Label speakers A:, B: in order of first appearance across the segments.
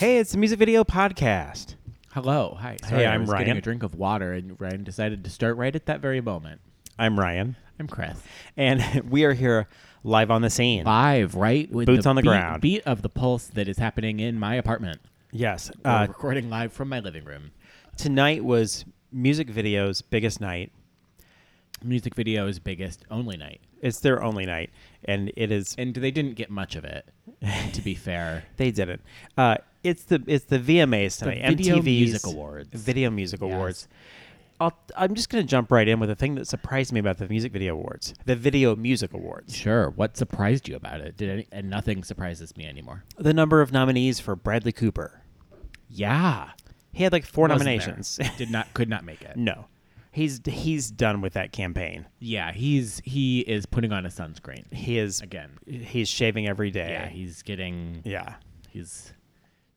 A: it's the music video podcast.
B: Hello, hi.
A: Hey,
B: Sorry, I
A: I'm
B: was getting
A: Ryan.
B: a drink of water, and Ryan decided to start right at that very moment.
A: I'm Ryan,
B: I'm Chris.
A: and we are here live on the scene.
B: Live, right? With
A: Boots on the
B: beat-
A: ground.
B: Beat of the pulse that is happening in my apartment.
A: Yes,
B: We're
A: uh,
B: recording live from my living room.
A: tonight was music video's biggest night.
B: Music video's biggest only night,
A: It's their only night, and it is.
B: and they didn't get much of it. To be fair,
A: They did it. Uh, it's the it's the VMAs tonight.
B: Video
A: MTV's
B: Music Awards.
A: Video Music
B: Yes.
A: Awards. I'll, I'm just going to jump right in with the thing that surprised me about the Music Video Awards, the Video Music Awards.
B: sure. What surprised you about it? Did any, and nothing surprises me anymore.
A: The number of nominees for Bradley Cooper.
B: Yeah,
A: He had like 4
B: Wasn't there.
A: nominations.
B: Did not, could not make it.
A: no, he's he's done with that campaign.
B: Yeah, he's he is putting on a sunscreen.
A: He is
B: Again.
A: He's shaving every
B: Yeah,
A: day.
B: he's getting
A: Yeah.
B: He's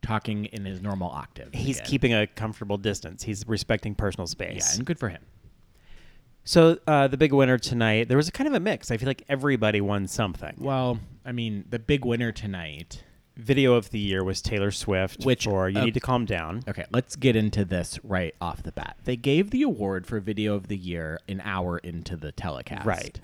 B: talking in his normal octave.
A: He's
B: again.
A: keeping a comfortable distance. He's respecting personal space.
B: Yeah, and good for him.
A: So uh, the big winner tonight, there was a kind of a mix. I feel like everybody won something.
B: Well, I mean, the big winner tonight.
A: Video of the year was Taylor Swift.
B: Which,
A: or you
B: uh,
A: need to calm down.
B: Okay, let's get into this right off the bat. They gave the award for video of the year an hour into the telecast.
A: Right.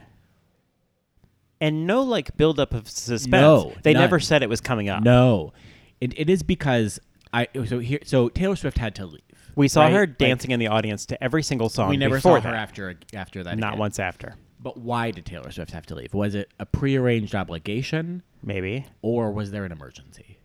A: And no like buildup of suspense.
B: No,
A: they
B: none.
A: never said it was coming up.
B: No, it, it is because I so here so Taylor Swift had to leave.
A: We saw
B: right?
A: her
B: Like,
A: dancing in the audience to every single song.
B: we never
A: before
B: saw her
A: that.
B: after after that.
A: Not
B: again.
A: once after.
B: But why did Taylor Swift have to leave? Was it a prearranged obligation,
A: Maybe.
B: or was there an emergency?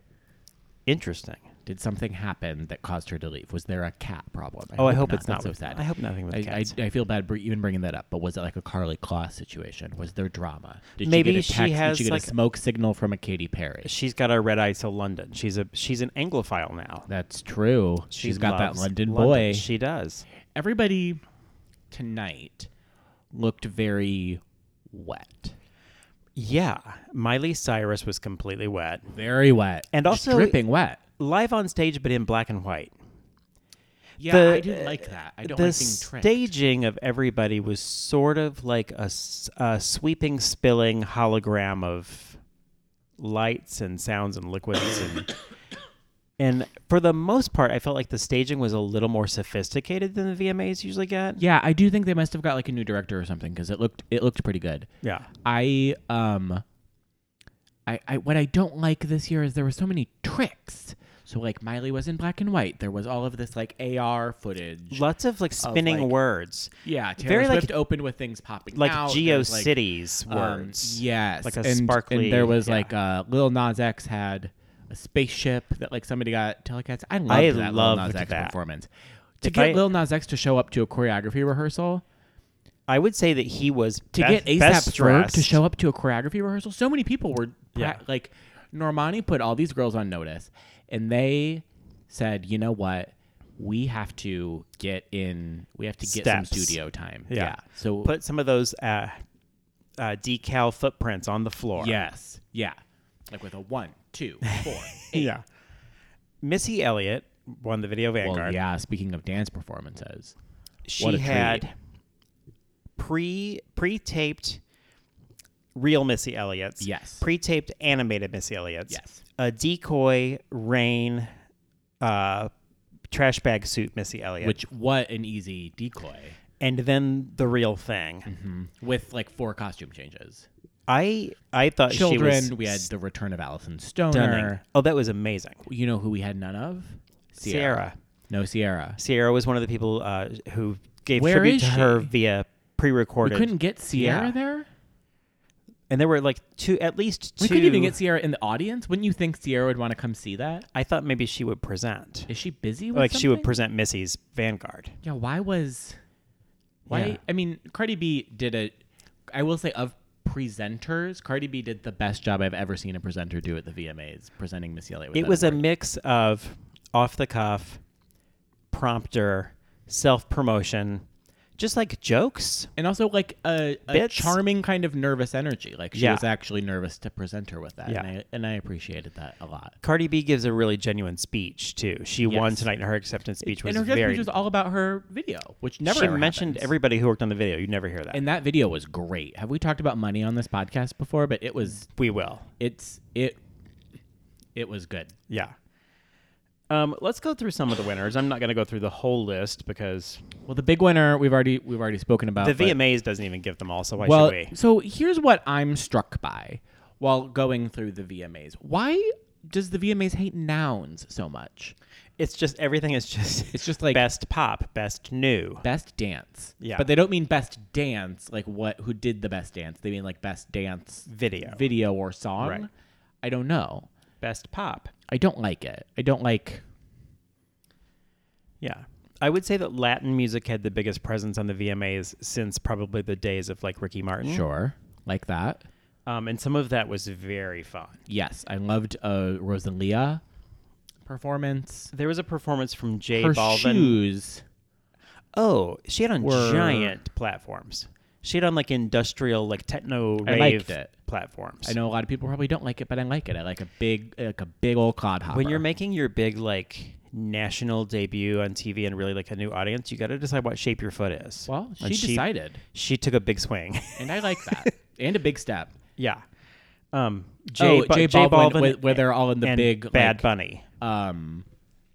A: Interesting.
B: Did something happen that caused her to leave? Was there a cat problem?
A: Oh, I hope it's not
B: That's so
A: with-
B: sad.
A: I hope nothing with
B: I,
A: cats.
B: I, I feel bad br- even bringing that up. But was it like a Carly Claus situation? Was there drama? Did
A: Maybe
B: she get a
A: she
B: text?
A: has,
B: Did she get
A: like-
B: a smoke signal from a Katy Perry?
A: She's got a red eye to London. She's a she's an Anglophile now.
B: That's true.
A: She
B: She's got that
A: loves
B: London, boy.
A: She does.
B: Everybody tonight looked very wet,
A: Yeah, Miley Cyrus was completely wet,
B: very wet,
A: And
B: Just
A: also-
B: dripping wet.
A: live on stage, but in black and white.
B: Yeah,
A: The-
B: I didn't like that. I don't
A: the
B: like being tricked.
A: staging of everybody was sort of like a, s- a sweeping, spilling hologram of lights and sounds and liquids and. And for the most part, I felt like the staging was a little more sophisticated than the VMAs usually get.
B: Yeah, I do think they must have got like a new director or something because it looked it looked pretty good.
A: Yeah.
B: I um I, I what I don't like this year is there were so many tricks. So like Miley was in black and white. There was all of this like AR footage.
A: Lots of like spinning
B: like-
A: words,
B: yeah, Taylor
A: very, like-
B: Swift opened with things popping
A: like
B: out. There's, like,
A: GeoCities
B: um,
A: words.
B: yes,
A: Like a
B: and,
A: sparkly-
B: And there was
A: yeah.
B: like uh, Lil Nas X had a spaceship that like somebody got telecast. I loved
A: I
B: that
A: loved
B: Lil Nas X
A: that.
B: performance. To
A: If
B: get
A: I-
B: Lil Nas X to show up to a choreography rehearsal,
A: I would say that he was
B: to
A: best,
B: get
A: best
B: ASAP Ferg to
A: dressed.
B: show up to a choreography rehearsal. So many people were
A: Yeah.
B: pra- like, Normani put all these girls on notice, and they said, you know what? We have to get in. We have to get some
A: Steps.
B: studio time.
A: Yeah.
B: So
A: put some of those uh, uh, decal footprints on the floor.
B: yes, yeah, like with a one, two, four, eight.
A: yeah. Missy Elliott won the Video Vanguard.
B: Well, yeah. Speaking of dance performances,
A: She
B: What a treat.
A: had pre pre taped real Missy Elliott's.
B: Yes.
A: Pre taped animated Missy Elliott's.
B: Yes.
A: A decoy rain, uh, trash bag suit Missy Elliott.
B: which what an easy decoy
A: and then the real thing.
B: Mm-hmm. with like four costume changes.
A: I I thought
B: Children.
A: she was
B: we had the return of Allison Stoner.
A: stunning. Oh, that was amazing.
B: You know who we had none of?
A: Sierra.
B: No, Sierra.
A: Sierra was one of the people uh, who gave
B: Where
A: tribute
B: is
A: to her
B: she?
A: via
B: We
A: pre-recorded.
B: couldn't get Sierra
A: Yeah.
B: there.
A: and there were like two, at least two.
B: We couldn't even get Sierra in the audience. Wouldn't you think Sierra would want to come see that?
A: I thought maybe she would present,
B: Is she busy? With
A: like she would
B: something?
A: present Missy's Vanguard.
B: yeah. Why was? Why?
A: Yeah.
B: I mean, Cardi B did a. I will say of presenters, Cardi B did the best job I've ever seen a presenter do at the VMAs, presenting Missy Elliott. With
A: It
B: that
A: was a
B: award.
A: mix of off the cuff, prompter, self promotion, just like jokes.
B: and also like a, a
A: Bits.
B: charming kind of nervous energy. Like she
A: Yeah.
B: was actually nervous to present her with that,
A: Yeah.
B: and I and I appreciated that a lot.
A: Cardi B gives a really genuine speech too. She won
B: Yes.
A: tonight, and her acceptance speech was
B: and her guest
A: very.
B: speech was all about her video, which never
A: she
B: ever
A: mentioned
B: happens.
A: everybody who worked on the video. You never hear that.
B: And that video was great. Have we talked about money on this podcast before? But it was
A: we will.
B: it's it it was good.
A: Yeah. Um, let's go through some of the winners. I'm not going to go through the whole list because
B: Well, the big winner we've already we've already spoken about.
A: the
B: but-
A: VMAs doesn't even give them all, so why
B: Well,
A: should we?
B: so here's what I'm struck by while going through the VMAs. Why does the VMAs hate nouns so much?
A: It's just everything is just
B: It's just like
A: best pop, best new.
B: best dance.
A: Yeah.
B: But they don't mean best dance, like what who did the best dance. They mean like best dance
A: Video.
B: video or song.
A: Right.
B: I don't know.
A: Best pop.
B: I don't like it. I don't like
A: Yeah. I would say that Latin music had the biggest presence on the VMAs since probably the days of like Ricky Martin.
B: sure. Like that.
A: Um, and some of that was very fun.
B: Yes. I loved uh Rosalia performance.
A: There was a performance from Jay
B: Her
A: Balvin.
B: shoes.
A: Oh, she had on
B: Were-
A: giant platforms. She had on like industrial, like techno
B: I
A: rave
B: liked it.
A: platforms.
B: I know a lot of people probably don't like it, but I like it. I like a big, like a big old clodhopper.
A: When you're making your big like national debut on TV and really like a new audience, you got to decide what shape your foot is.
B: well, she,
A: And
B: decided,
A: She took a big swing.
B: and I like that, and a big step.
A: yeah. Um,
B: Jay,
A: Jay,
B: oh,
A: Ba-
B: Jay
A: Jay
B: Baldwin,
A: Balvin
B: where, where they're all in the
A: and
B: big
A: Bad
B: like,
A: Bunny.
B: um,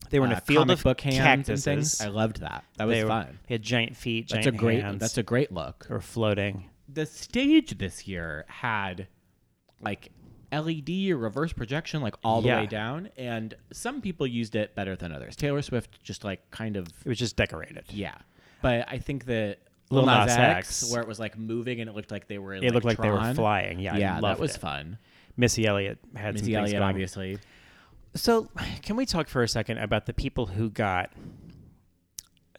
A: They were in
B: uh,
A: a field
B: comic
A: of
B: book hands
A: cactuses.
B: and things. I loved that. That was
A: they were-
B: fun.
A: They had giant feet,
B: That's
A: giant
B: a great.
A: hands.
B: That's a great look.
A: or floating.
B: The stage this year had like LED or reverse projection, like all the
A: Yeah.
B: way down, and some people used it better than others. Taylor Swift just like kind of
A: It was just decorated.
B: Yeah, but I think that
A: Lil
B: Lil Nas,
A: Nas
B: X,
A: X.
B: where it was like moving and it looked like they were.
A: It looked like they were
B: Tron.
A: flying. Yeah, I
B: Yeah, that
A: loved
B: was
A: it.
B: fun.
A: Missy Elliott had some
B: Missy
A: things
B: Elliott,
A: going.
B: obviously.
A: So, can we talk for a second about the people who got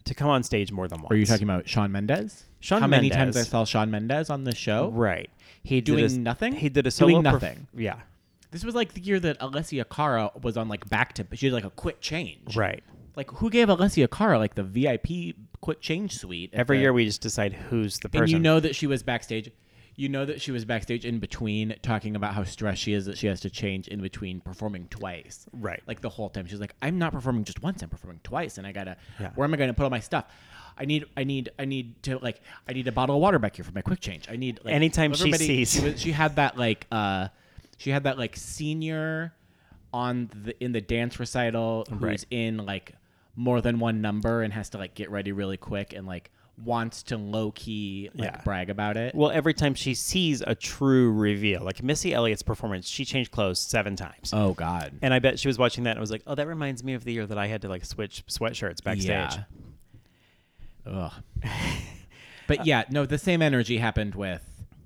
A: to come on stage more than once?
B: Are you talking about Sean Mendes?
A: Shawn
B: How many times I
A: Mendes.
B: saw Sean Mendes on the show?
A: Right. He did
B: Doing
A: a s-
B: nothing?
A: He did a solo
B: Doing
A: perf-
B: nothing.
A: yeah.
B: This was like the year that Alessia Cara was on like back to. She did like a quick change.
A: Right.
B: Like who gave Alessia Cara like the VIP quick change suite at
A: Every
B: the-
A: year we just decide who's the person.
B: And you know that she was backstage. You know that she was backstage in between talking about how stressed she is that she has to change in between performing twice.
A: Right.
B: Like the whole time she's like, I'm not performing just once. I'm performing twice, and I gotta.
A: Yeah.
B: Where am I gonna put all my stuff? I need. I need. I need to like. I need a bottle of water back here for my quick change. I need. Like,
A: Anytime she
B: everybody-
A: sees-
B: She, was, she had that like. uh She had that like senior, on the in the dance recital who's
A: Right.
B: in like more than one number and has to like get ready really quick and like wants to low key like
A: Yeah.
B: brag about it.
A: well, every time she sees a true reveal, like Missy Elliott's performance, she changed clothes seven times.
B: oh God.
A: and I bet she was watching that and was like, "Oh, that reminds me of the year that I had to like switch sweatshirts backstage."
B: Yeah. Ugh. but yeah, no, the same energy happened with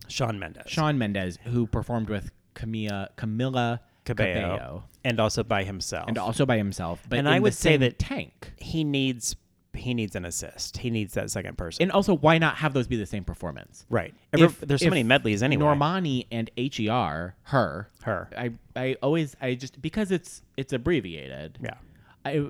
A: Sean Mendes,
B: Sean Mendez, who performed with Camilla Camilla
A: Cabello,
B: Cabello,
A: and also by himself.
B: and also by himself. But
A: And
B: in
A: I
B: the
A: would say
B: same
A: that-
B: Tank.
A: he needs he needs an assist. He needs that second person.
B: And also, why not have those be the same performance?
A: right.
B: If-
A: Every- there's so
B: if
A: many medleys anyway.
B: Normani and HER, her,
A: Her.
B: I I always I just because it's it's abbreviated.
A: Yeah.
B: I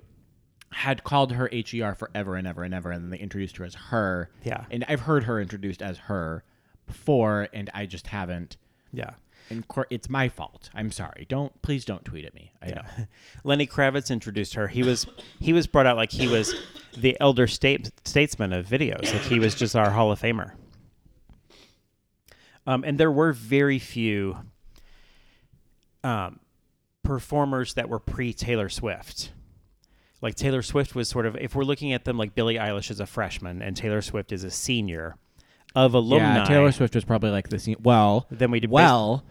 B: had called her HER forever and ever and ever, and then they introduced her as her.
A: Yeah.
B: and I've heard her introduced as her before, and I just haven't.
A: Yeah.
B: And cor- it's my fault. I'm sorry. Don't please don't tweet at me. I know.
A: Lenny Kravitz introduced her. He was he was brought out like he was the elder state, statesman of videos. Like he was just our Hall of Famer. Um, and there were very few um, performers that were pre Taylor Swift. Like Taylor Swift was sort of, if we're looking at them, like Billie Eilish is a freshman and Taylor Swift is a senior of alumni.
B: Yeah, Taylor Swift was probably like the scene. Well,
A: Then we did bas-
B: well.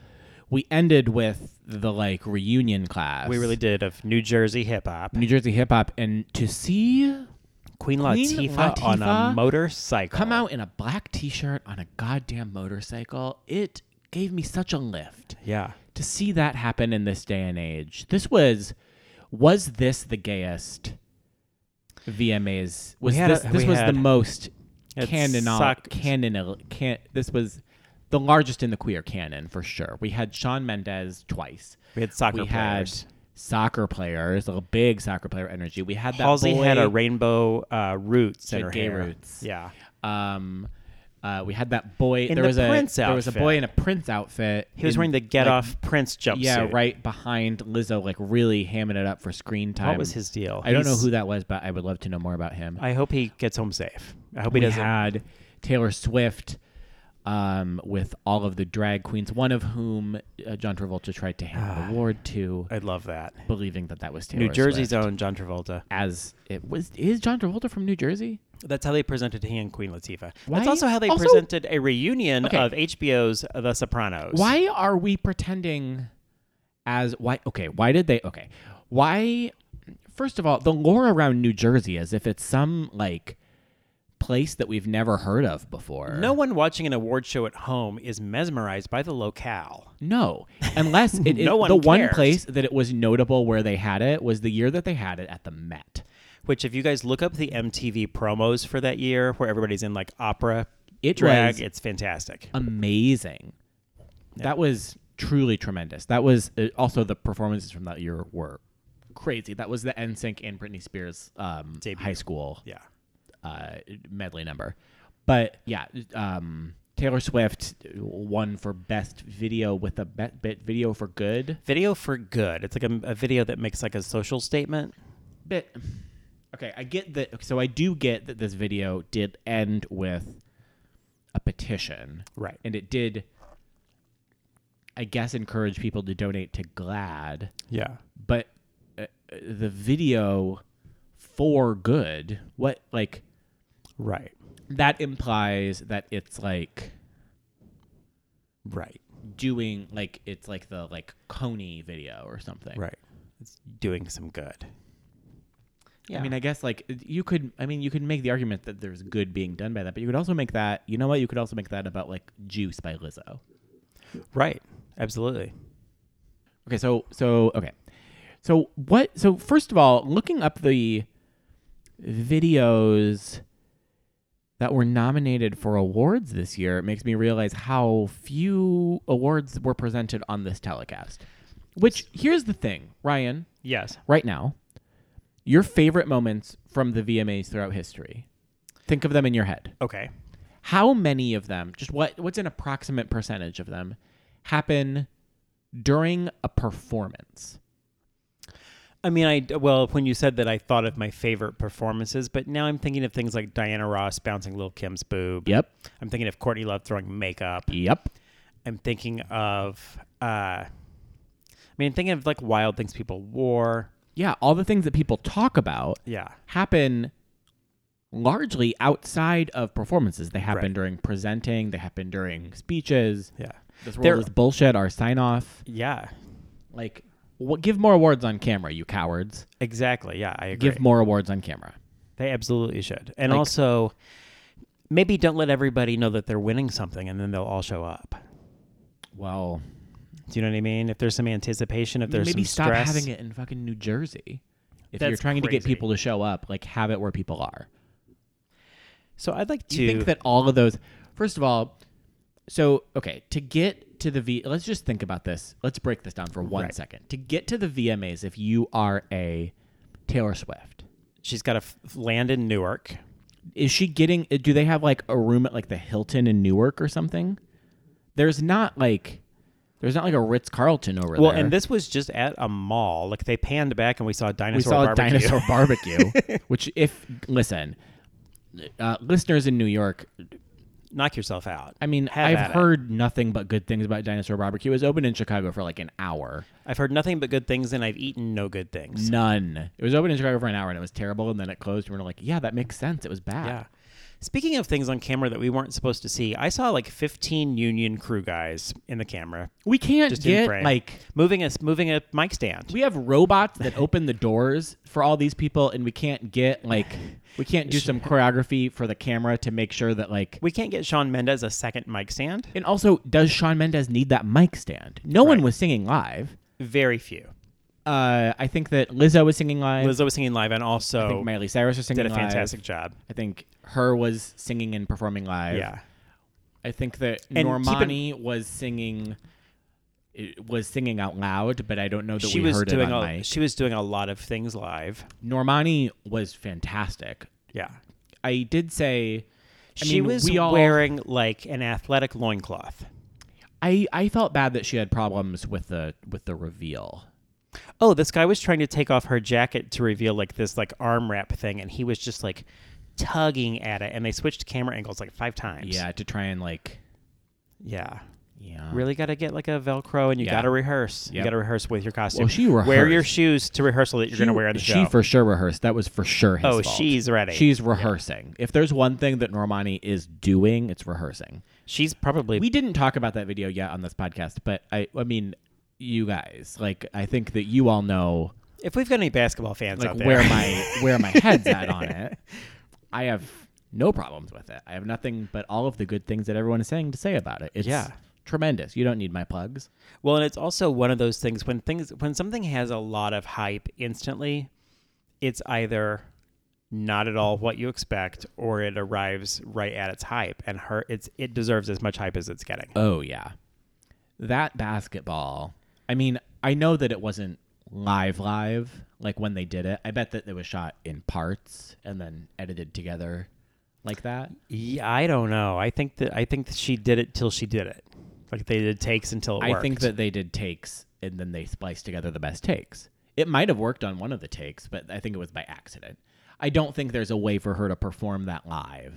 B: We ended with the like reunion class.
A: we really did of New Jersey hip hop.
B: New Jersey hip hop, and to see
A: Queen,
B: Queen
A: Latifah, on a
B: Latifah
A: motorcycle.
B: come out in a black t-shirt on a goddamn motorcycle it gave me such a lift
A: Yeah.
B: to see that happen in this day and age this was was this the gayest vmas was
A: had
B: this
A: a-
B: this
A: we
B: was the
A: had-
B: most
A: It
B: canon
A: sucked.
B: canon can this was the largest in the queer canon for sure we had sean mendez twice
A: We had soccer
B: we had
A: players.
B: soccer players a big soccer player energy we had that
A: Halsey had a
B: boy-
A: rainbow uh, roots in
B: She
A: her
B: had gay
A: hair.
B: roots.
A: Yeah,
B: Um, uh, we had that boy. there
A: the
B: was a
A: Prince
B: there was a
A: outfit.
B: boy in a Prince outfit.
A: he was
B: in,
A: wearing the get
B: like,
A: off Prince jumpsuit.
B: Yeah, right behind Lizzo, like really hamming it up for screen time.
A: What was his deal?
B: I don't know
A: He's-
B: who that was, but I would love to know more about him.
A: I hope he gets home safe. I hope he
B: we
A: doesn't.
B: had Taylor Swift. um, with all of the drag queens, one of whom uh, John Travolta tried to hand an award to,
A: I'd love that.
B: believing that that was Taylor
A: Ah. New Jersey's
B: Swift,
A: own John Travolta.
B: as it was. Is John Travolta from New Jersey?
A: That's how they presented he and Queen Latifah.
B: Why-
A: That's also how they
B: also-
A: presented a reunion
B: Okay.
A: of HBO's The Sopranos.
B: Why are we pretending as why okay, why did they okay. Why first of all, the lore around New Jersey as if it's some like place that we've never heard of before.
A: No one watching an award show at home is mesmerized by the locale.
B: No. Unless it is
A: No one
B: the one
A: cares.
B: place that it was notable where they had it was the year that they had it at the Met.
A: Which, if you guys look up the MTV promos for that year, where everybody's in like opera
B: It
A: drag,
B: was
A: it's fantastic.
B: amazing. That was truly tremendous. That was uh, also the performances from that year were crazy. That was the NSYNC and Britney Spears um,
A: Debut.
B: high school
A: Yeah.
B: uh, medley number. But yeah, um, Taylor Swift won for best video with a be- bit video for good
A: Video for good. It's like a, a video that makes like a social statement.
B: bit. Okay, I get that. So I do get that this video did end with a petition,
A: Right.
B: and it did, I guess, encourage people to donate to GLAD.
A: Yeah.
B: but uh, uh, the video for good, what like
A: Right.
B: that implies that it's like
A: Right.
B: doing like it's like the like Coney video or something.
A: Right. It's doing some good. Yeah.
B: I mean, I guess like you could. I mean, you could make the argument that there's good being done by that, but you could also make that. You know what? You could also make that about like Juice by Lizzo.
A: right. Absolutely.
B: Okay, so so okay, so what? So first of all, looking up the videos that were nominated for awards this year, it makes me realize how few awards were presented on this telecast. Which here's the thing, Ryan.
A: Yes.
B: right now, your favorite moments from the VMAs throughout history. Think of them in your head.
A: Okay.
B: How many of them, just what what's an approximate percentage of them happen during a performance?
A: I mean, I well, when you said that, I thought of my favorite performances, but now I'm thinking of things like Diana Ross bouncing Lil Kim's boob.
B: Yep.
A: I'm thinking of Courtney Love throwing makeup.
B: Yep.
A: I'm thinking of, uh, I mean, I'm thinking of like wild things people wore.
B: Yeah, all the things that people talk about
A: Yeah,
B: happen largely outside of performances. They happen
A: Right.
B: during presenting, they happen during speeches.
A: yeah,
B: This world
A: There-
B: is bullshit, our sign off.
A: yeah.
B: Like what give more awards on camera, you cowards.
A: Exactly. Yeah, I agree.
B: Give more awards on camera.
A: they absolutely should, and
B: Like-
A: also maybe don't let everybody know that they're winning something, and then they'll all show up.
B: Well,
A: Do you know what I mean? If there's some anticipation, if there's
B: maybe
A: some
B: stop
A: stress,
B: having it in fucking New Jersey. If you're
A: That's
B: trying to get
A: crazy.
B: people to show up, like have it where people are.
A: So I'd like
B: Do
A: to
B: you think that all of those? First of all, so okay, to get to the V, let's just think about this. Let's break this down for one
A: Right.
B: second. To get to the VMAs, if you are a Taylor Swift,
A: she's got to f- land in Newark.
B: is she getting? Do they have like a room at like the Hilton in Newark or something? There's not like, there's not like a Ritz Carlton over
A: Well,
B: there.
A: and this was just at a mall. Like they panned back and we saw a dinosaur
B: we saw a
A: barbecue.
B: dinosaur barbecue, which if listen, uh, listeners in New York,
A: Knock yourself out.
B: I mean,
A: Have at
B: I've
A: it.
B: heard nothing but good things about dinosaur barbecue. It was open in Chicago for like an hour.
A: I've heard nothing but good things, and I've eaten no good things.
B: None. It was open in Chicago for an hour and it was terrible, and then it closed. And we're like, yeah, that makes sense. It was bad.
A: Yeah. Speaking of things on camera that we weren't supposed to see, I saw like 15 Union crew guys in the camera
B: We can't
A: Just in
B: get
A: frame.
B: like
A: moving us moving a mic stand.
B: we have robots that open the doors for all these people, and we can't get like we can't do some choreography for the camera to make sure that like.
A: We can't get Sean Mendez a second mic stand.
B: And also, does Sean Mendez need that mic stand? No one
A: Right.
B: was singing live.
A: Very few.
B: uh, I think that Lizzo was singing live.
A: Lizzo was singing live and
B: I think
A: also
B: Miley Cyrus was singing
A: did a fantastic
B: live.
A: job.
B: I think her was singing and performing live.
A: Yeah.
B: I think that
A: And
B: Normani was singing was singing out loud, but I don't know that
A: She
B: we
A: was
B: heard
A: doing
B: it on
A: a,
B: mic.
A: she was doing a lot of things live.
B: Normani was fantastic.
A: Yeah.
B: I did say I
A: she
B: mean,
A: was
B: we all,
A: wearing like an athletic loincloth.
B: I, I felt bad that she had problems with the with the reveal.
A: Oh, this guy was trying to take off her jacket to reveal like this like arm wrap thing, and he was just like tugging at it, and they switched camera angles like five times.
B: Yeah, to try and like
A: Yeah.
B: Yeah.
A: Really got to get like a Velcro, and you
B: Uh-huh. Yeah.
A: got to rehearse. You
B: Yep.
A: got to rehearse with your costume.
B: she
A: Wear your
B: rehearsed.
A: shoes to rehearsal that you're going to
B: She-
A: wear on the
B: she
A: show.
B: for sure rehearsed. That was for sure his
A: oh,
B: fault.
A: she's ready.
B: She's rehearsing. If there's one thing that Normani is doing, it's rehearsing.
A: she's probably
B: We didn't talk about that video yet on this podcast, but I I mean, you guys, like I think that you all know
A: If we've got any basketball fans
B: like
A: out there,
B: where my where my head's at on it. I have no problems with it. I have nothing but all of the good things that everyone is saying to say about it. It's
A: Yeah.
B: tremendous. You don't need my plugs.
A: well, and it's also one of those things when things when something has a lot of hype instantly, it's either not at all what you expect, or it arrives right at its hype, and her it's it deserves as much hype as it's getting.
B: Oh yeah. That basketball. I mean, I know that it wasn't live live like when they did it. I bet that it was shot in parts and then edited together like that.
A: Yeah, I don't know. I think that I think that she did it till she did it. Like they did takes until it
B: I
A: worked.
B: think that they did takes and then they spliced together the best takes. It might have worked on one of the takes, but I think it was by accident. I don't think there's a way for her to perform that live.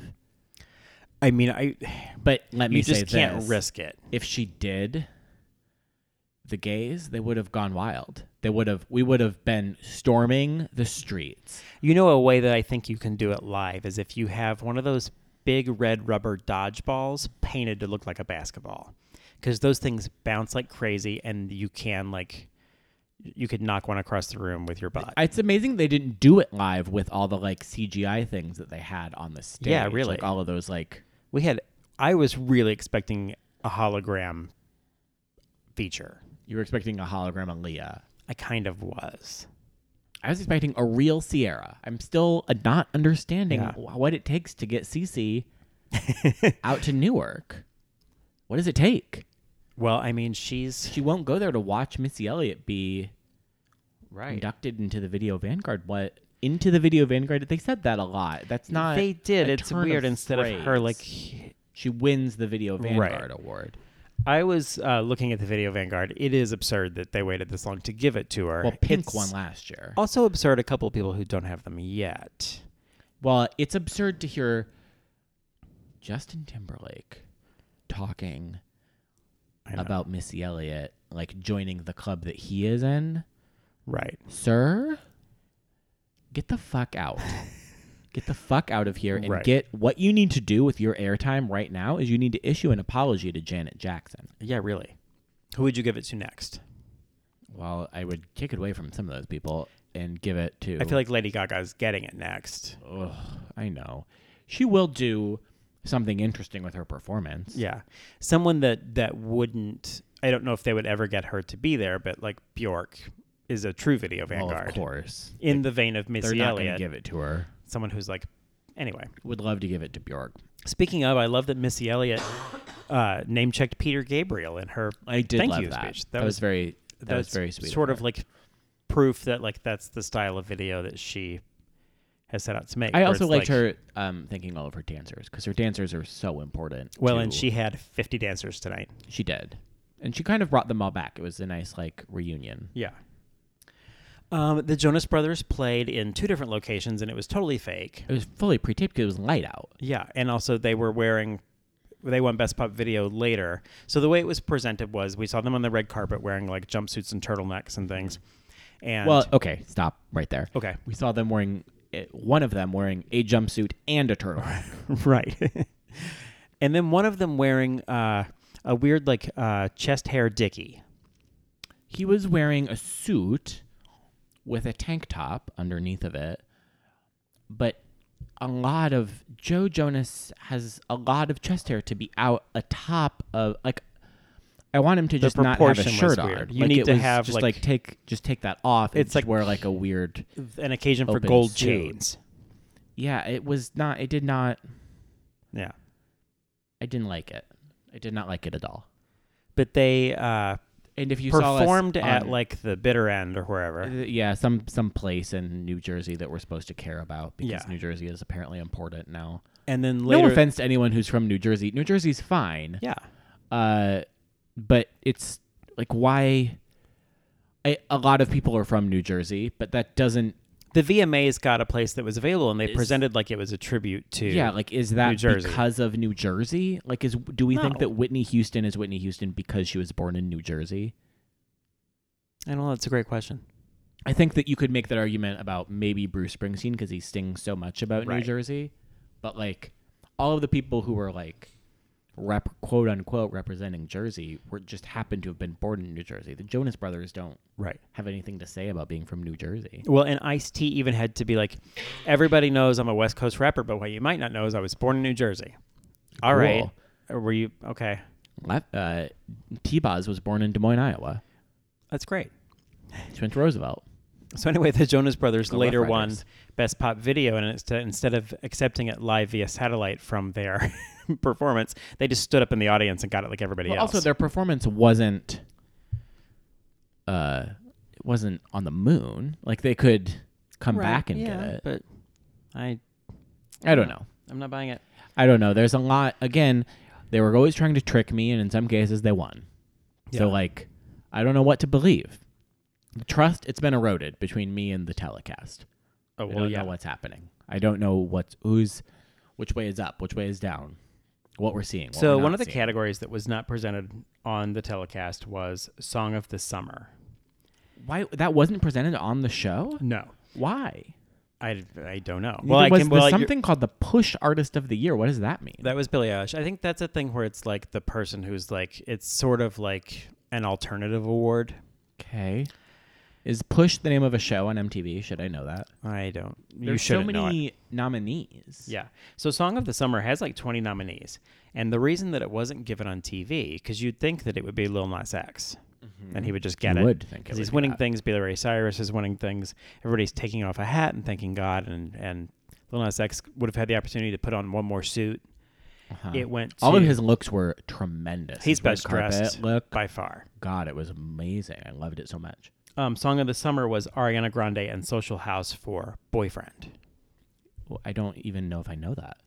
A: I mean, I
B: But let me
A: you just
B: say
A: can't
B: this.
A: risk it.
B: if she did the gays they would have gone wild they would have we would have been storming the streets
A: You know, a way that I think you can do it live is if you have one of those big red rubber dodgeballs painted to look like a basketball, because those things bounce like crazy, and you can like you could knock one across the room with your butt.
B: Uh, it's amazing they didn't do it live with all the like cgi things that they had on the stage
A: Yeah, really.
B: like all of those like
A: we had I was really expecting a hologram feature.
B: you were expecting a hologram of leah
A: I kind of was.
B: i was expecting a real sierra i'm still uh, not understanding
A: Yeah.
B: wh- what it takes to get cc out to newark what does it take
A: Well, I mean, she's
B: she won't go there to watch missy elliott be
A: right.
B: inducted into the Video Vanguard. What into the Video Vanguard? They said that a lot. That's not.
A: They did.
B: a
A: It's
B: turn
A: weird. Instead of her
B: phrase.
A: like
B: she wins the Video Vanguard award.
A: I was uh, looking at the video Vanguard. It is absurd that they waited this long to give it to her.
B: Well, Pink
A: It's Oh.
B: won last year.
A: Also absurd, a couple of people who don't have them yet.
B: Well, it's absurd to hear Justin Timberlake talking
A: I know.
B: about Missy Elliott like joining the club that he is in.
A: Right.
B: Sir, get the fuck out. get the fuck out of here and
A: Right.
B: get what you need to do with your airtime right now is you need to issue an apology to Janet Jackson.
A: Yeah, really. Who would you give it to next?
B: Well, I would kick it away from some of those people and give it to.
A: I feel like Lady Gaga's getting it next.
B: Ugh, I know. She will do something interesting with her performance.
A: Yeah. Someone that that wouldn't I don't know if they would ever get her to be there, but like Bjork is a true video
B: Well,
A: Vanguard.
B: of course.
A: In the vein of
B: They're
A: Missy
B: not going to
A: Elliott.
B: give it to her.
A: someone who's like anyway.
B: Would love to give it to Bjork.
A: Speaking of, I love that Missy Elliott uh, name checked Peter Gabriel in her
B: I did
A: thank
B: love
A: you
B: that.
A: speech.
B: That, was, very. That was
A: that's
B: very sweet.
A: Sort
B: her.
A: of like proof that like that's the style of video that she has set out to make.
B: I
A: where
B: also
A: it's
B: liked her um, thanking all of her dancers because her dancers are so important.
A: Well,
B: to-
A: and she had 50 dancers tonight.
B: she did, and she kind of brought them all back. It was a nice like reunion.
A: Yeah. Um, the Jonas Brothers played in two different locations, and it was totally fake.
B: It was fully pre-taped because it was light out.
A: Yeah, and also they were wearing. They won Best Pop Video later. So the way it was presented was we saw them on the red carpet wearing like jumpsuits and turtlenecks and things. And
B: Well, okay, stop right there.
A: okay,
B: We saw them wearing eh, one of them wearing a jumpsuit and a turtleneck.
A: right. and then one of them wearing uh, a weird like uh, chest hair dicky.
B: he was wearing a suit with a tank top underneath of it, but a lot of Joe Jonas has a lot of chest hair to be out atop of like. I want him to just not have a
A: proportion was
B: shirt on.
A: weird. You
B: Like,
A: need
B: it
A: to
B: was
A: have,
B: just
A: like-
B: take just take that off. And
A: It's
B: it's
A: like-
B: like wear like a weird.
A: An occasion for
B: Open
A: gold
B: Oh, suit.
A: chains.
B: Yeah, it was not. It did not.
A: Yeah.
B: I didn't like it. I did not like it at all.
A: But they uh,
B: And if you
A: performed
B: saw us
A: at
B: on-
A: like the bitter end or wherever.
B: Uh, yeah some some place in new jersey that we're supposed to care about because
A: Yeah.
B: new jersey is apparently important now
A: and then later.
B: no offense to anyone who's from new jersey new jersey's fine
A: Yeah.
B: uh but it's like why I, a lot of people are from new jersey but that doesn't
A: the VMAs got a place that was available, and they
B: Is-
A: presented like it was a tribute to.
B: Yeah, like is that
A: New Jersey.
B: because of New Jersey? Like is do we think
A: No.
B: that Whitney Houston is Whitney Houston because she was born in New Jersey?
A: I don't know. That's a great question.
B: I think that you could make that argument about maybe Bruce Springsteen because he stings so much about New
A: Right.
B: Jersey, but like all of the people who were like rep quote unquote representing Jersey were just happened to have been born in New Jersey. The Jonas Brothers don't
A: Right.
B: have anything to say about being from New Jersey.
A: Well, and Ice T even had to be like, everybody knows I'm a West Coast rapper, but what you might not know is I was born in New Jersey. All right.
B: Cool.
A: Were you okay?
B: Lef- Uh, T. Boz was born in Des Moines, Iowa.
A: That's great.
B: She went to Roosevelt.
A: So anyway, the Jonas Brothers
B: Go Rough
A: later won
B: Riders.
A: Best Pop Video, and it's instead of accepting it live via satellite from their performance, they just stood up in the audience and got it like everybody
B: Well,
A: else.
B: also, their performance wasn't uh, it wasn't on the moon. Like they could come
A: Right,
B: back and
A: yeah,
B: get it.
A: But I,
B: I don't know.
A: I'm not buying it.
B: I don't know. There's a lot. Again, they were always trying to trick me, and in some cases, they won.
A: Yeah.
B: So like, I don't know what to believe. The trust it's been eroded between me and the telecast.
A: Oh
B: I don't know what's happening. I don't know what's who's, which way is up, which way is down, what we're seeing. what
A: So
B: we're
A: one
B: not
A: of the
B: seeing.
A: categories that was not presented on the telecast was Song of the Summer.
B: why that wasn't presented on the show.
A: No,
B: Why?
A: I, I don't know.
B: Well,
A: I
B: was
A: can
B: there's
A: well I-
B: something called the Push Artist of the Year. What does that mean?
A: That was Billie Eilish. I think that's a thing where it's like the person who's like it's sort of like an alternative award.
B: okay. Is Push the name of a show on MTV? Should I know that?
A: I don't. you
B: There's
A: should
B: so
A: know it.
B: many nominees.
A: Yeah. So Song of the Summer has like 20 nominees. And the reason that it wasn't given on TV, because you'd think that it would be Lil Nas X. And he would just get
B: You
A: it.
B: would think it
A: Because he's
B: Mm-hmm. would be
A: winning
B: that.
A: things. Billy Ray Cyrus is winning things. Everybody's taking off a hat and thanking God. And, and Lil Nas X would have had the opportunity to put on one more suit.
B: Uh-huh.
A: It went to,
B: All of his looks were tremendous.
A: He's
B: His red
A: best dressed
B: carpet Look,
A: by far.
B: God, it was amazing. I loved it so much.
A: Um, Song of the Summer was Ariana Grande and Social House for Boyfriend.
B: Well, I don't even know if I know that.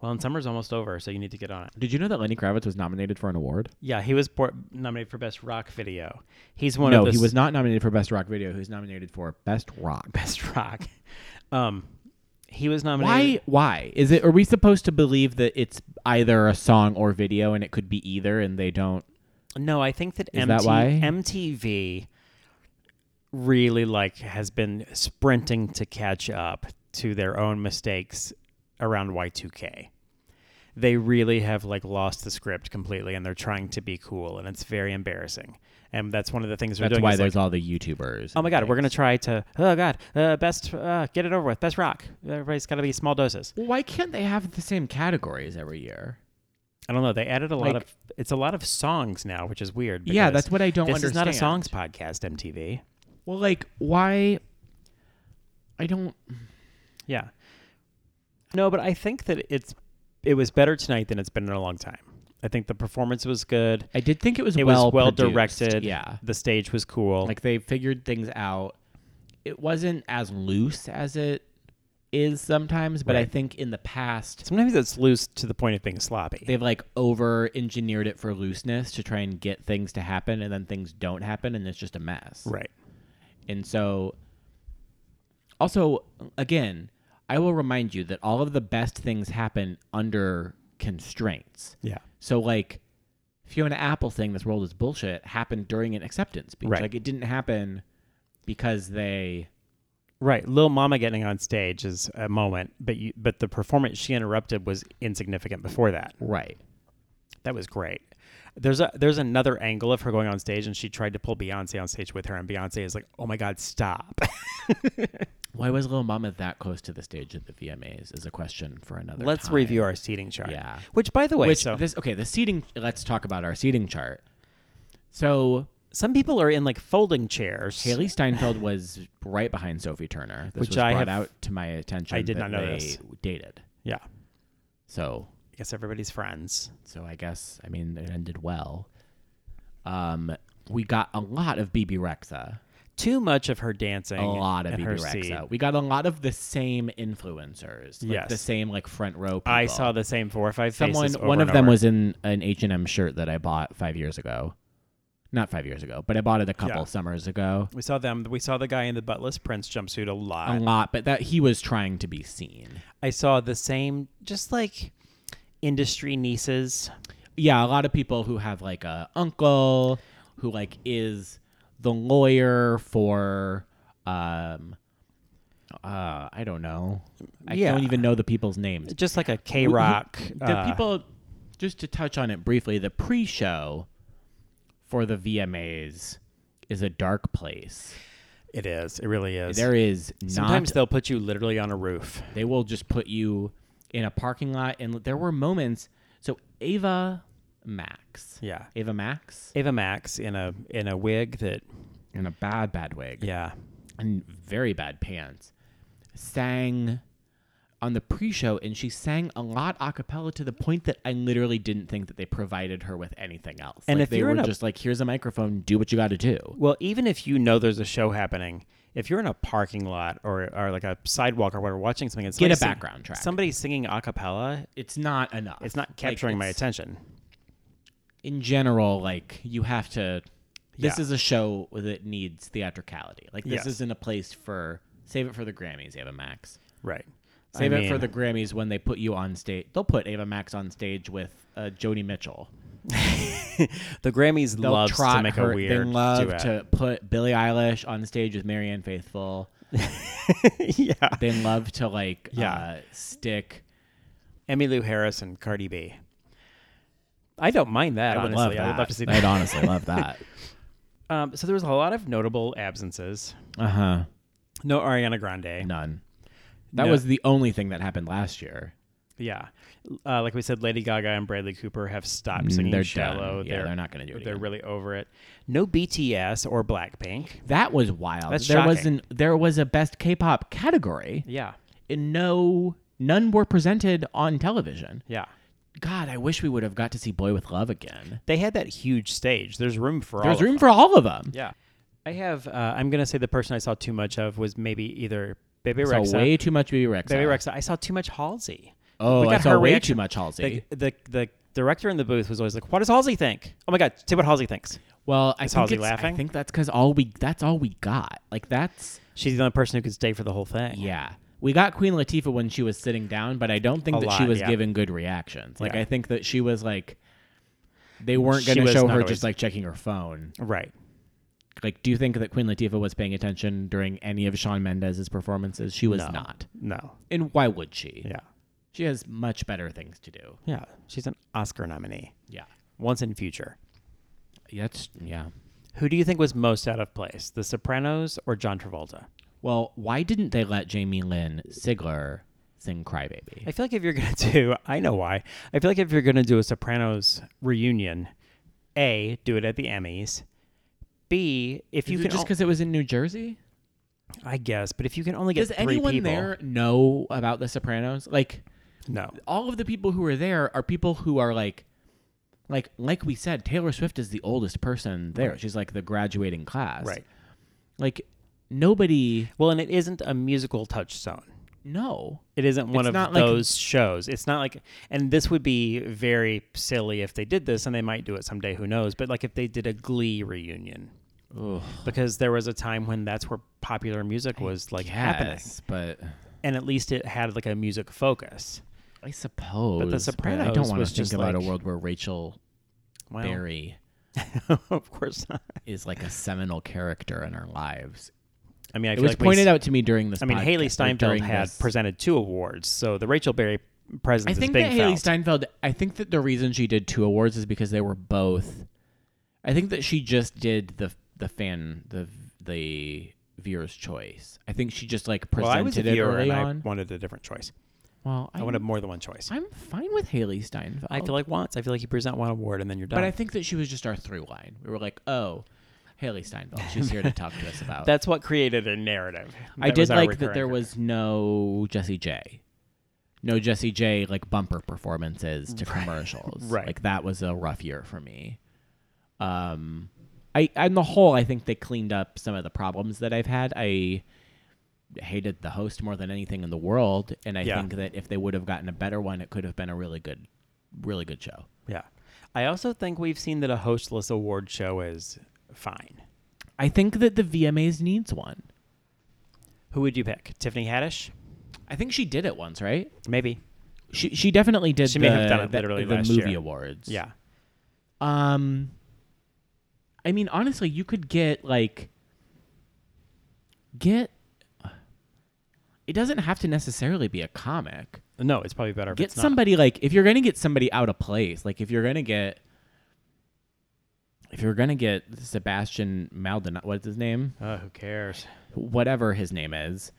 A: Well, and summer's almost over, so you need to get on it.
B: Did you know that Lenny Kravitz was nominated for an award?
A: Yeah, he was bor- nominated for Best Rock Video. He's one
B: no,
A: of the
B: he
A: s-
B: was not nominated for Best Rock Video. He was nominated for Best Rock.
A: best rock. Um, he was
B: Why?
A: nominated.
B: Why is it? Are we supposed to believe that it's either a song or video, and it could be either, and they don't?
A: No, I think that,
B: Is
A: MT,
B: that why?
A: MTV really like has been sprinting to catch up to their own mistakes around Y2K. They really have like lost the script completely, and they're trying to be cool, and it's very embarrassing. And that's one of the things they're
B: That's
A: doing.
B: why
A: is, like,
B: there's all the YouTubers.
A: oh my god, we're gonna try to oh god, uh, best uh, get it over with, best rock. Everybody's got to be small doses.
B: Well, why can't they have the same categories every year?
A: I don't know. They added a lot
B: Like-
A: of it's a lot of songs now, which is weird.
B: yeah,
A: because
B: that's what I don't
A: this
B: understand.
A: is not a songs podcast. MTV.
B: Well, like why? I don't.
A: Yeah. No, but I think that it's it was better tonight than it's been in a long time. I think the performance was good.
B: I did think it was
A: It
B: well
A: was well
B: produced.
A: directed.
B: Yeah,
A: The stage was cool.
B: like they figured things out. It wasn't as loose as it is sometimes, but I
A: Right.
B: think in the past
A: sometimes it's loose to the point of being sloppy.
B: they've like over engineered it for looseness to try and get things to happen and then things don't happen and it's just a mess
A: right.
B: and so also again i will remind you that all of the best things happen under constraints
A: Yeah.
B: so like fiona apple saying this world is bullshit happened during an acceptance speech
A: Right.
B: like it didn't happen because they
A: Right. Lil Mama getting on stage is a moment, but you but the performance she interrupted was insignificant before that.
B: right
A: That was great. There's a there's another angle of her going on stage and she tried to pull Beyonce on stage with her and Beyonce is like, "Oh my god, stop."
B: why was Lil Mama that close to the stage at the VMAs? Is a question for another.
A: Let's
B: time.
A: review our seating chart.
B: Yeah.
A: Which by the way,
B: Which
A: so
B: this okay, the seating let's talk about our seating chart. So
A: some people are in like folding chairs.
B: Haley Steinfeld was right behind Sophie Turner. This
A: Which
B: was
A: I
B: brought
A: have-
B: out to my attention.
A: I did
B: that
A: not know
B: they
A: this.
B: dated.
A: Yeah.
B: So
A: I guess everybody's friends.
B: so I guess I mean it ended well. Um we got a lot of BB Rexa.
A: Too much of her dancing.
B: A lot of
A: and her
B: BB
A: seat.
B: Rexa. We got a lot of the same influencers. Like
A: Yes.
B: The same like front row people.
A: I saw the same four or five
B: someone
A: faces.
B: one
A: over
B: of
A: and
B: them
A: over.
B: was in an H&M shirt that I bought 5 years ago. not five years ago, but I bought it a couple
A: Yeah.
B: summers ago.
A: We saw them. We saw the guy in the buttless prince jumpsuit a lot.
B: A lot, but that he was trying to be seen.
A: I saw the same, just like industry nieces.
B: Yeah, a lot of people who have like a uncle who like is the lawyer for um uh I don't know. I
A: Yeah.
B: don't even know the people's names.
A: just like a uh, K Rock.
B: the people just to touch on it briefly the pre-show for the vmas is a dark place
A: It is. It really is.
B: there is not
A: Sometimes they'll put you literally on a roof.
B: they will just put you in a parking lot and there were moments so ava max
A: Yeah.
B: ava max
A: Ava Max in a in a wig that
B: in a bad bad wig
A: yeah
B: and very bad pants sang on the pre-show and she sang a lot a cappella to the point that I literally didn't think that they provided her with anything else.
A: And
B: Like,
A: if
B: they
A: you're
B: were
A: in a-
B: just like here's a microphone, do what you got to do.
A: Well, even if you know there's a show happening, if you're in a parking lot or, or like a sidewalk or whatever, watching something, it's
B: Get a background track.
A: Somebody singing a cappella,
B: It's not enough.
A: it's not
B: Like,
A: capturing my
B: it's-
A: attention.
B: In general, like you have to this
A: Yeah.
B: is a show that needs theatricality. Like this
A: Yes.
B: isn't a place for save it for the Grammys, Ava Max.
A: Right. I
B: Save it for
A: mean,
B: the Grammys when they put you on stage. They'll put Ava Max on stage with uh, Joni Mitchell.
A: the Grammys
B: They'll
A: loves
B: trot
A: to make
B: her,
A: a
B: They
A: weird
B: love
A: duet.
B: to put Billie Eilish on stage with Marianne Faithful.
A: yeah.
B: They love to like
A: Yeah.
B: uh, stick.
A: Emmylou Harris and Cardi B. I don't mind that.
B: I would
A: honestly,
B: love that.
A: I would love to see
B: I'd
A: that.
B: honestly love that.
A: Um, so there was a lot of notable absences.
B: Uh huh.
A: No Ariana Grande.
B: None. That
A: No.
B: was the only thing that happened last year.
A: Yeah, uh, like we said, Lady Gaga and Bradley Cooper have stopped
B: Mm,
A: singing
B: they're
A: "Shallow."
B: done. Yeah, they're not gonna do it
A: They're
B: again.
A: really over it. No BTS or Blackpink.
B: That was wild.
A: That's
B: there was
A: shocking.
B: an there was a best K-pop category,
A: Yeah,
B: and no none were presented on television.
A: yeah.
B: God, I wish we would have got to see Boy with Love again.
A: They had that huge stage. There's room for all.
B: There's
A: of
B: room
A: them.
B: for all of them.
A: Yeah, I have. Uh, I'm gonna say the person I saw too much of was maybe either Baby
B: Saw
A: Rexa.
B: way too much Baby Rexa.
A: Baby Rexa. I saw too much Halsey.
B: Oh,
A: we
B: I
A: got
B: saw
A: her
B: way
A: reaction.
B: too much Halsey.
A: The, the the director in the booth was always like, "What does Halsey think? Oh my God, say what Halsey thinks."
B: Well, I
A: Is
B: think
A: Halsey
B: it's- I
A: laughing?
B: think that's because all we that's all we got. Like that's
A: She's the only person who could stay for the whole thing.
B: yeah. We got Queen Latifah when she was sitting down, but I don't think
A: A
B: that she
A: lot,
B: was
A: yeah.
B: given good reactions. Like
A: Yeah.
B: I think that she was like they weren't
A: She
B: going to
A: was
B: show
A: not
B: her
A: always-
B: just like checking her phone.
A: Right.
B: Like, do you think that Queen Latifah was paying attention during any of Sean Mendes's performances? She was
A: No.
B: not.
A: No.
B: And why would she?
A: Yeah.
B: She has much better things to do.
A: Yeah. She's an Oscar nominee.
B: Yeah,
A: Once in future.
B: that's yeah.
A: Who do you think was most out of place, The Sopranos or John Travolta?
B: Well, why didn't they let Jamie Lynn Sigler sing "Crybaby"?
A: I feel like if you're going to do, I know why. I feel like if you're going to do a Sopranos reunion, A, do it at the Emmys. B, if you
B: Is it
A: can,
B: just
A: just
B: because it was in New Jersey.
A: I guess, but if you can only get
B: Does
A: three
B: anyone
A: people,
B: there know about The Sopranos? Like,
A: no,
B: all of the people who are there are people who are like, like, like we said, Taylor Swift is the oldest person there. She's like the graduating class,
A: right?
B: Like, nobody.
A: Well, and it isn't a musical touchstone.
B: No,
A: It isn't one
B: It's
A: of
B: not like-
A: those shows. It's not like, and this would be very silly if they did this, and they might do it someday. Who knows? But like if they did a Glee reunion, because there was a time when that's where popular music was like happening,
B: yes, but
A: and at least it had like a music focus.
B: I suppose. I
A: Sopranos
B: don't want
A: was
B: to think
A: just
B: about a
A: like-
B: world where Rachel
A: Well,
B: Berry
A: of course not.
B: is like a seminal character in our lives.
A: I mean, I
B: It
A: feel
B: was
A: like we
B: pointed
A: s-
B: out to me during this.
A: I mean, Haley
B: podcast- or
A: Steinfeld
B: during
A: had
B: this-
A: presented two awards, so the Rachel Berry presence
B: I think
A: is being
B: that Haley
A: felt.
B: Steinfeld. I think that the reason she did two awards is because they were both. I think that she just did the the fan the the viewer's choice. I think she just like
A: well,
B: presented
A: I was a
B: it
A: viewer
B: early
A: and
B: on.
A: I wanted a different choice.
B: well,
A: I
B: I'm,
A: wanted more than one choice.
B: I'm fine with Haley Steinfeld.
A: I feel like once. I feel like you present one award and then you're done.
B: but I think that she was just our through line. We were like, oh, Haley Steinfeld. She's here to talk to us about.
A: That's what created a narrative.
B: I
A: That
B: did
A: was our
B: like that
A: recurring-
B: there was no Jesse J. No Jesse J like bumper performances to commercials.
A: Right.
B: Like that was a rough year for me. Um I on the whole I think they cleaned up some of the problems that I've had. I hated the host more than anything in the world and I
A: Yeah.
B: think that if they would have gotten a better one it could have been a really good really good show.
A: Yeah. I also think we've seen that a hostless award show is fine.
B: I think that the VMAs needs one.
A: Who would you pick? Tiffany Haddish?
B: I think she did it once, right?
A: Maybe.
B: She she definitely did.
A: She
B: the,
A: may have done it
B: the-
A: literally
B: the,
A: last
B: movie
A: year.
B: awards.
A: Yeah.
B: Um. I mean, honestly, you could get like get. It doesn't have to necessarily be a comic.
A: No, it's probably better. If
B: get
A: it's not.
B: somebody like if you're gonna get somebody out of place, like if you're gonna get if you're gonna get Sebastian Maldonado, what's his name?
A: Oh, who cares?
B: Whatever his name is,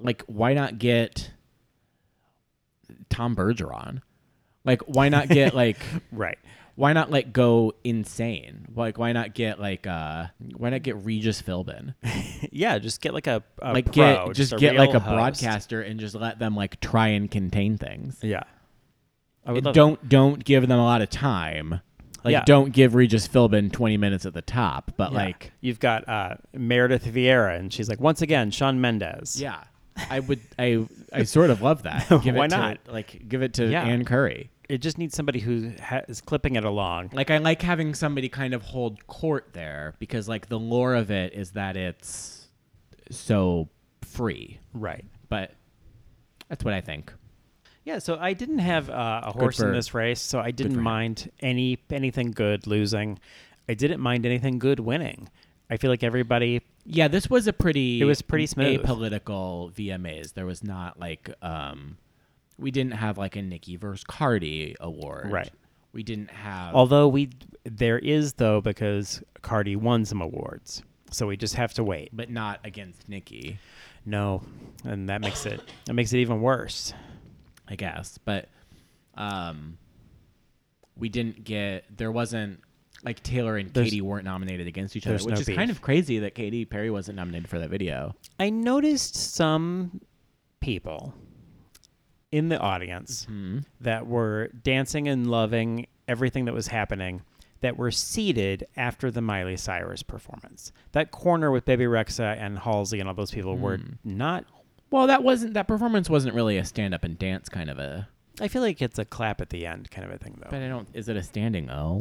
B: like why not get Tom Bergeron? Like why not get like
A: Right.
B: why not like go insane? Like why not get like uh why not get Regis Philbin?
A: Yeah, just get like a, a
B: Like
A: pro,
B: get just,
A: a
B: get like
A: real
B: a
A: host.
B: broadcaster and just let them like try and contain things.
A: Yeah. I would
B: It-
A: love that.
B: don't don't give them a lot of time. Like
A: Yeah.
B: don't give Regis Philbin twenty minutes at the top, but
A: Yeah.
B: like
A: you've got uh, Meredith Vieira, and she's like, once again, Sean Mendez.
B: yeah, I would I I sort of love that. Give
A: Why
B: it to,
A: not?
B: Like give it to
A: Yeah.
B: Ann Curry.
A: it just needs somebody who ha- is clipping it along.
B: Like I like having somebody kind of hold court there because like the lore of it is that it's so free,
A: Right.
B: but that's what I think.
A: Yeah. So I didn't have uh, a horse
B: for-
A: in this race, so I didn't
B: for him.
A: mind any anything good losing. I didn't mind anything good winning. I feel like everybody.
B: Yeah, this was a pretty.
A: It was pretty smooth.
B: Apolitical VMAs. There was not like um, we didn't have like a Nikki versus Cardi award.
A: Right.
B: We didn't have.
A: Although we there is though because Cardi won some awards, so we just have to wait.
B: but not against Nikki,
A: No, and that makes it that makes it even worse.
B: I guess. But um, we didn't get. There wasn't like Taylor and
A: There's-
B: Katie weren't nominated against each other,
A: there's
B: which
A: no
B: is kind
A: beef.
B: of crazy that Katy Perry wasn't nominated for that video.
A: I noticed some people in the audience that were dancing and loving everything that was happening that were seated after the Miley Cyrus performance. That corner with Baby Rexa and Halsey and all those people were not
B: Well, that wasn't that performance wasn't really a stand up and dance kind of a.
A: I feel like it's a clap at the end kind of a thing though.
B: But I don't. Is it a standing O?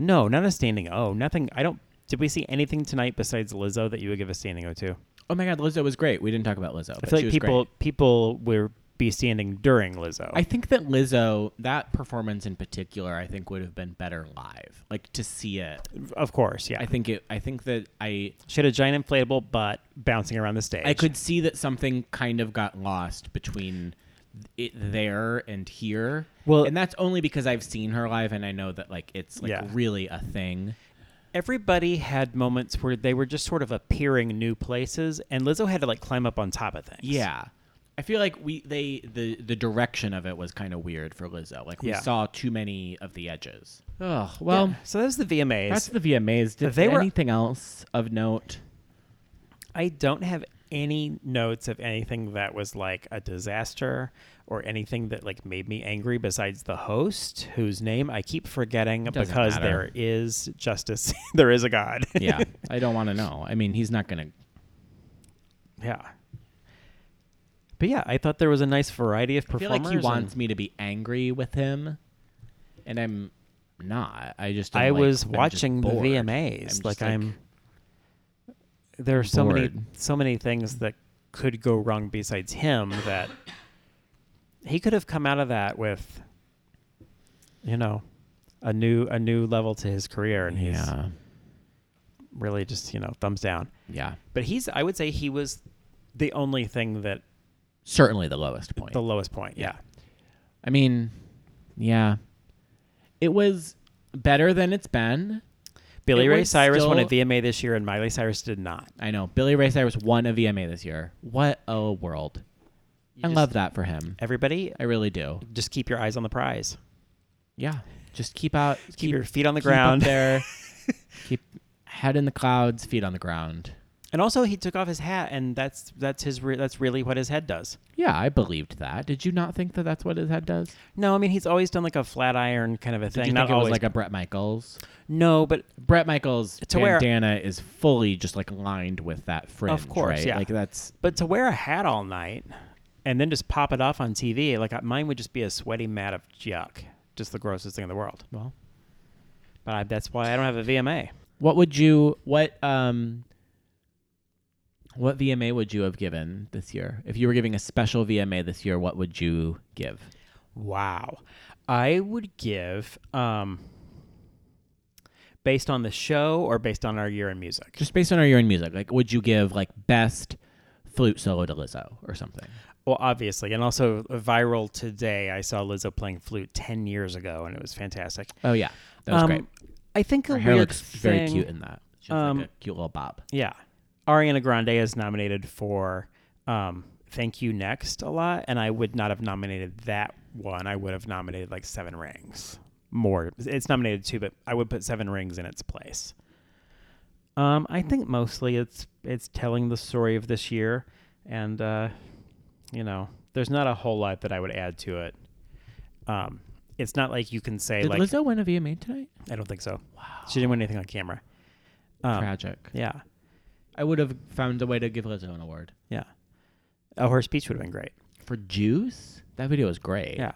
A: no, not a standing O. Nothing I don't did we see anything tonight besides Lizzo that you would give a standing O to?
B: Oh my God, Lizzo was great. We didn't talk about Lizzo.
A: I
B: but
A: feel like
B: she was
A: people
B: great.
A: people were be standing during Lizzo.
B: I think that Lizzo, that performance in particular, I think would have been better live. Like to see it.
A: of course, yeah.
B: I think it. I think that I.
A: She had a giant inflatable butt bouncing around the stage.
B: I could see that something kind of got lost between it there and here.
A: Well-
B: and that's only because I've seen her live and I know that like it's like
A: Yeah.
B: really a thing.
A: Everybody had moments where they were just sort of appearing new places, and Lizzo had to like climb up on top of things.
B: Yeah. I feel like we they the the direction of it was kind of weird for Lizzo. Like we
A: Yeah.
B: saw too many of the edges. Oh well,
A: So that was the VMAs.
B: That's the VMAs. Did
A: They
B: they
A: were-
B: anything else of note?
A: I don't have any notes of anything that was like a disaster or anything that like made me angry besides the host whose name I keep forgetting
B: Doesn't
A: because
B: matter.
A: there is justice. there is a God.
B: Yeah, I don't want to know. I mean, he's not gonna.
A: yeah. But yeah, I thought there was a nice variety of
B: I feel
A: performers.
B: like he
A: and-
B: wants me to be angry with him, and I'm not. I just. am,
A: I
B: like-
A: was
B: I'm just
A: watching the
B: bored. I'm
A: VMAs.
B: just,
A: like, I'm. There are so many
B: bored.
A: so many things that could go wrong besides him that he could have come out of that with, you know, a new a new level to his career, and he's
B: Yeah.
A: really just you know thumbs down.
B: Yeah.
A: But he's I would say he was the only thing that
B: Certainly the lowest point.
A: the lowest point. Yeah,
B: I mean, yeah. It was better than it's been.
A: Billy
B: It
A: Ray
B: was
A: Cyrus won a
B: still-
A: VMA this year, and Miley Cyrus did not.
B: I know Billy Ray Cyrus won a VMA this year. What a world! I
A: just-
B: love that for him.
A: Everybody,
B: I really do.
A: just keep your eyes on the prize.
B: Yeah. Just keep out.
A: Keep, your feet on the
B: keep up
A: ground.
B: there. keep head in the clouds, feet on the ground.
A: And also, he took off his hat, and that's that's his re- that's really what his head does.
B: Yeah, I believed that. Did you not think that that's what his head does?
A: No, I mean he's always done like a flat iron kind of a
B: Did
A: thing.
B: you
A: Not
B: think it
A: always,
B: was like a Brett Michaels?
A: no, but
B: Brett Michaels
A: To wear-
B: bandana is fully just like lined with that fringe,
A: course,
B: right?
A: yeah.
B: Like that's
A: but to wear a hat all night and then just pop it off on TV, like mine would just be a sweaty mat of yuck, just the grossest thing in the world.
B: well,
A: But I, that's why I don't have a VMA.
B: What would you what um what VMA would you have given this year? If you were giving a special VMA this year, what would you give?
A: Wow. I would give um based on the show or based on our year in music.
B: Just based on our year in music, like would you give like best flute solo to Lizzo or something?
A: Well, obviously, and also viral today. I saw Lizzo playing flute 10 years ago and it was fantastic.
B: Oh yeah, that was
A: Um,
B: great.
A: I think a
B: Her
A: weird
B: hair looks very
A: thing-
B: cute in that. She has
A: um,
B: like a cute little bob.
A: Yeah. Ariana Grande is nominated for um, Thank You Next a lot, and I would not have nominated that one. I would have nominated like Seven Rings. More. It's nominated too, but I would put Seven Rings in its place. Um, I think mostly it's it's telling the story of this year, and uh, you know, there's not a whole lot that I would add to it. Um, it's not like you can say
B: Did
A: like
B: Lizzo win a VMA tonight?
A: I don't think so. Wow. She didn't win anything on camera. Um,
B: Tragic.
A: Yeah.
B: Uh, I would have found a way to give Lizzo an award
A: Yeah. Oh, her speech would have been great.
B: for Juice. That video was great.
A: Yeah.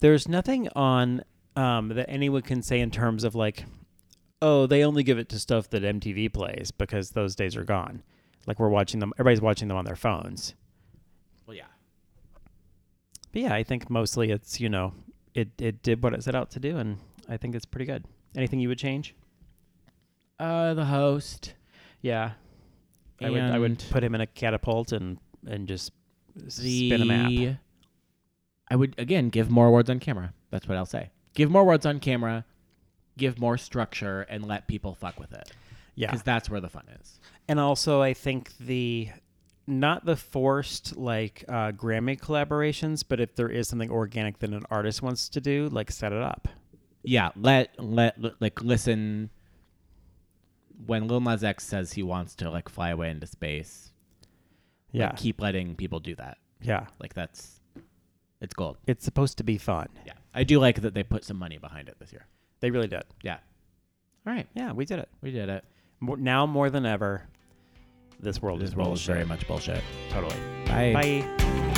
A: There's nothing on um, that anyone can say in terms of like, oh, they only give it to stuff that MTV plays because those days are gone. Like we're watching them, everybody's watching them on their phones.
B: Well, yeah.
A: But yeah, I think mostly it's you know, it it did what it set out to do, and I think it's pretty good. Anything you would change?
B: Uh, the host.
A: Yeah. I would I would
B: And-
A: put him in a catapult and and just
B: The
A: spin a map.
B: I would again give more awards on camera. That's what I'll say. Give more awards on camera. Give more structure and let people fuck with it
A: Yeah.
B: because that's where the fun is.
A: And also, I think the not the forced like uh, Grammy collaborations, but if there is something organic that an artist wants to do, like set it up.
B: Yeah, let let li- like listen. When Lil Nas X says he wants to like fly away into space, like,
A: Yeah,
B: keep letting people do that.
A: yeah.
B: Like that's it's gold.
A: It's supposed to be fun.
B: Yeah, I do like that they put some money behind it this year.
A: They really did.
B: Yeah. All right,
A: Yeah, we did it.
B: we did it.
A: More, now more than ever, this world
B: This
A: is
B: world is
A: bullshit.
B: very much bullshit.
A: Totally.
B: Bye.
A: Bye.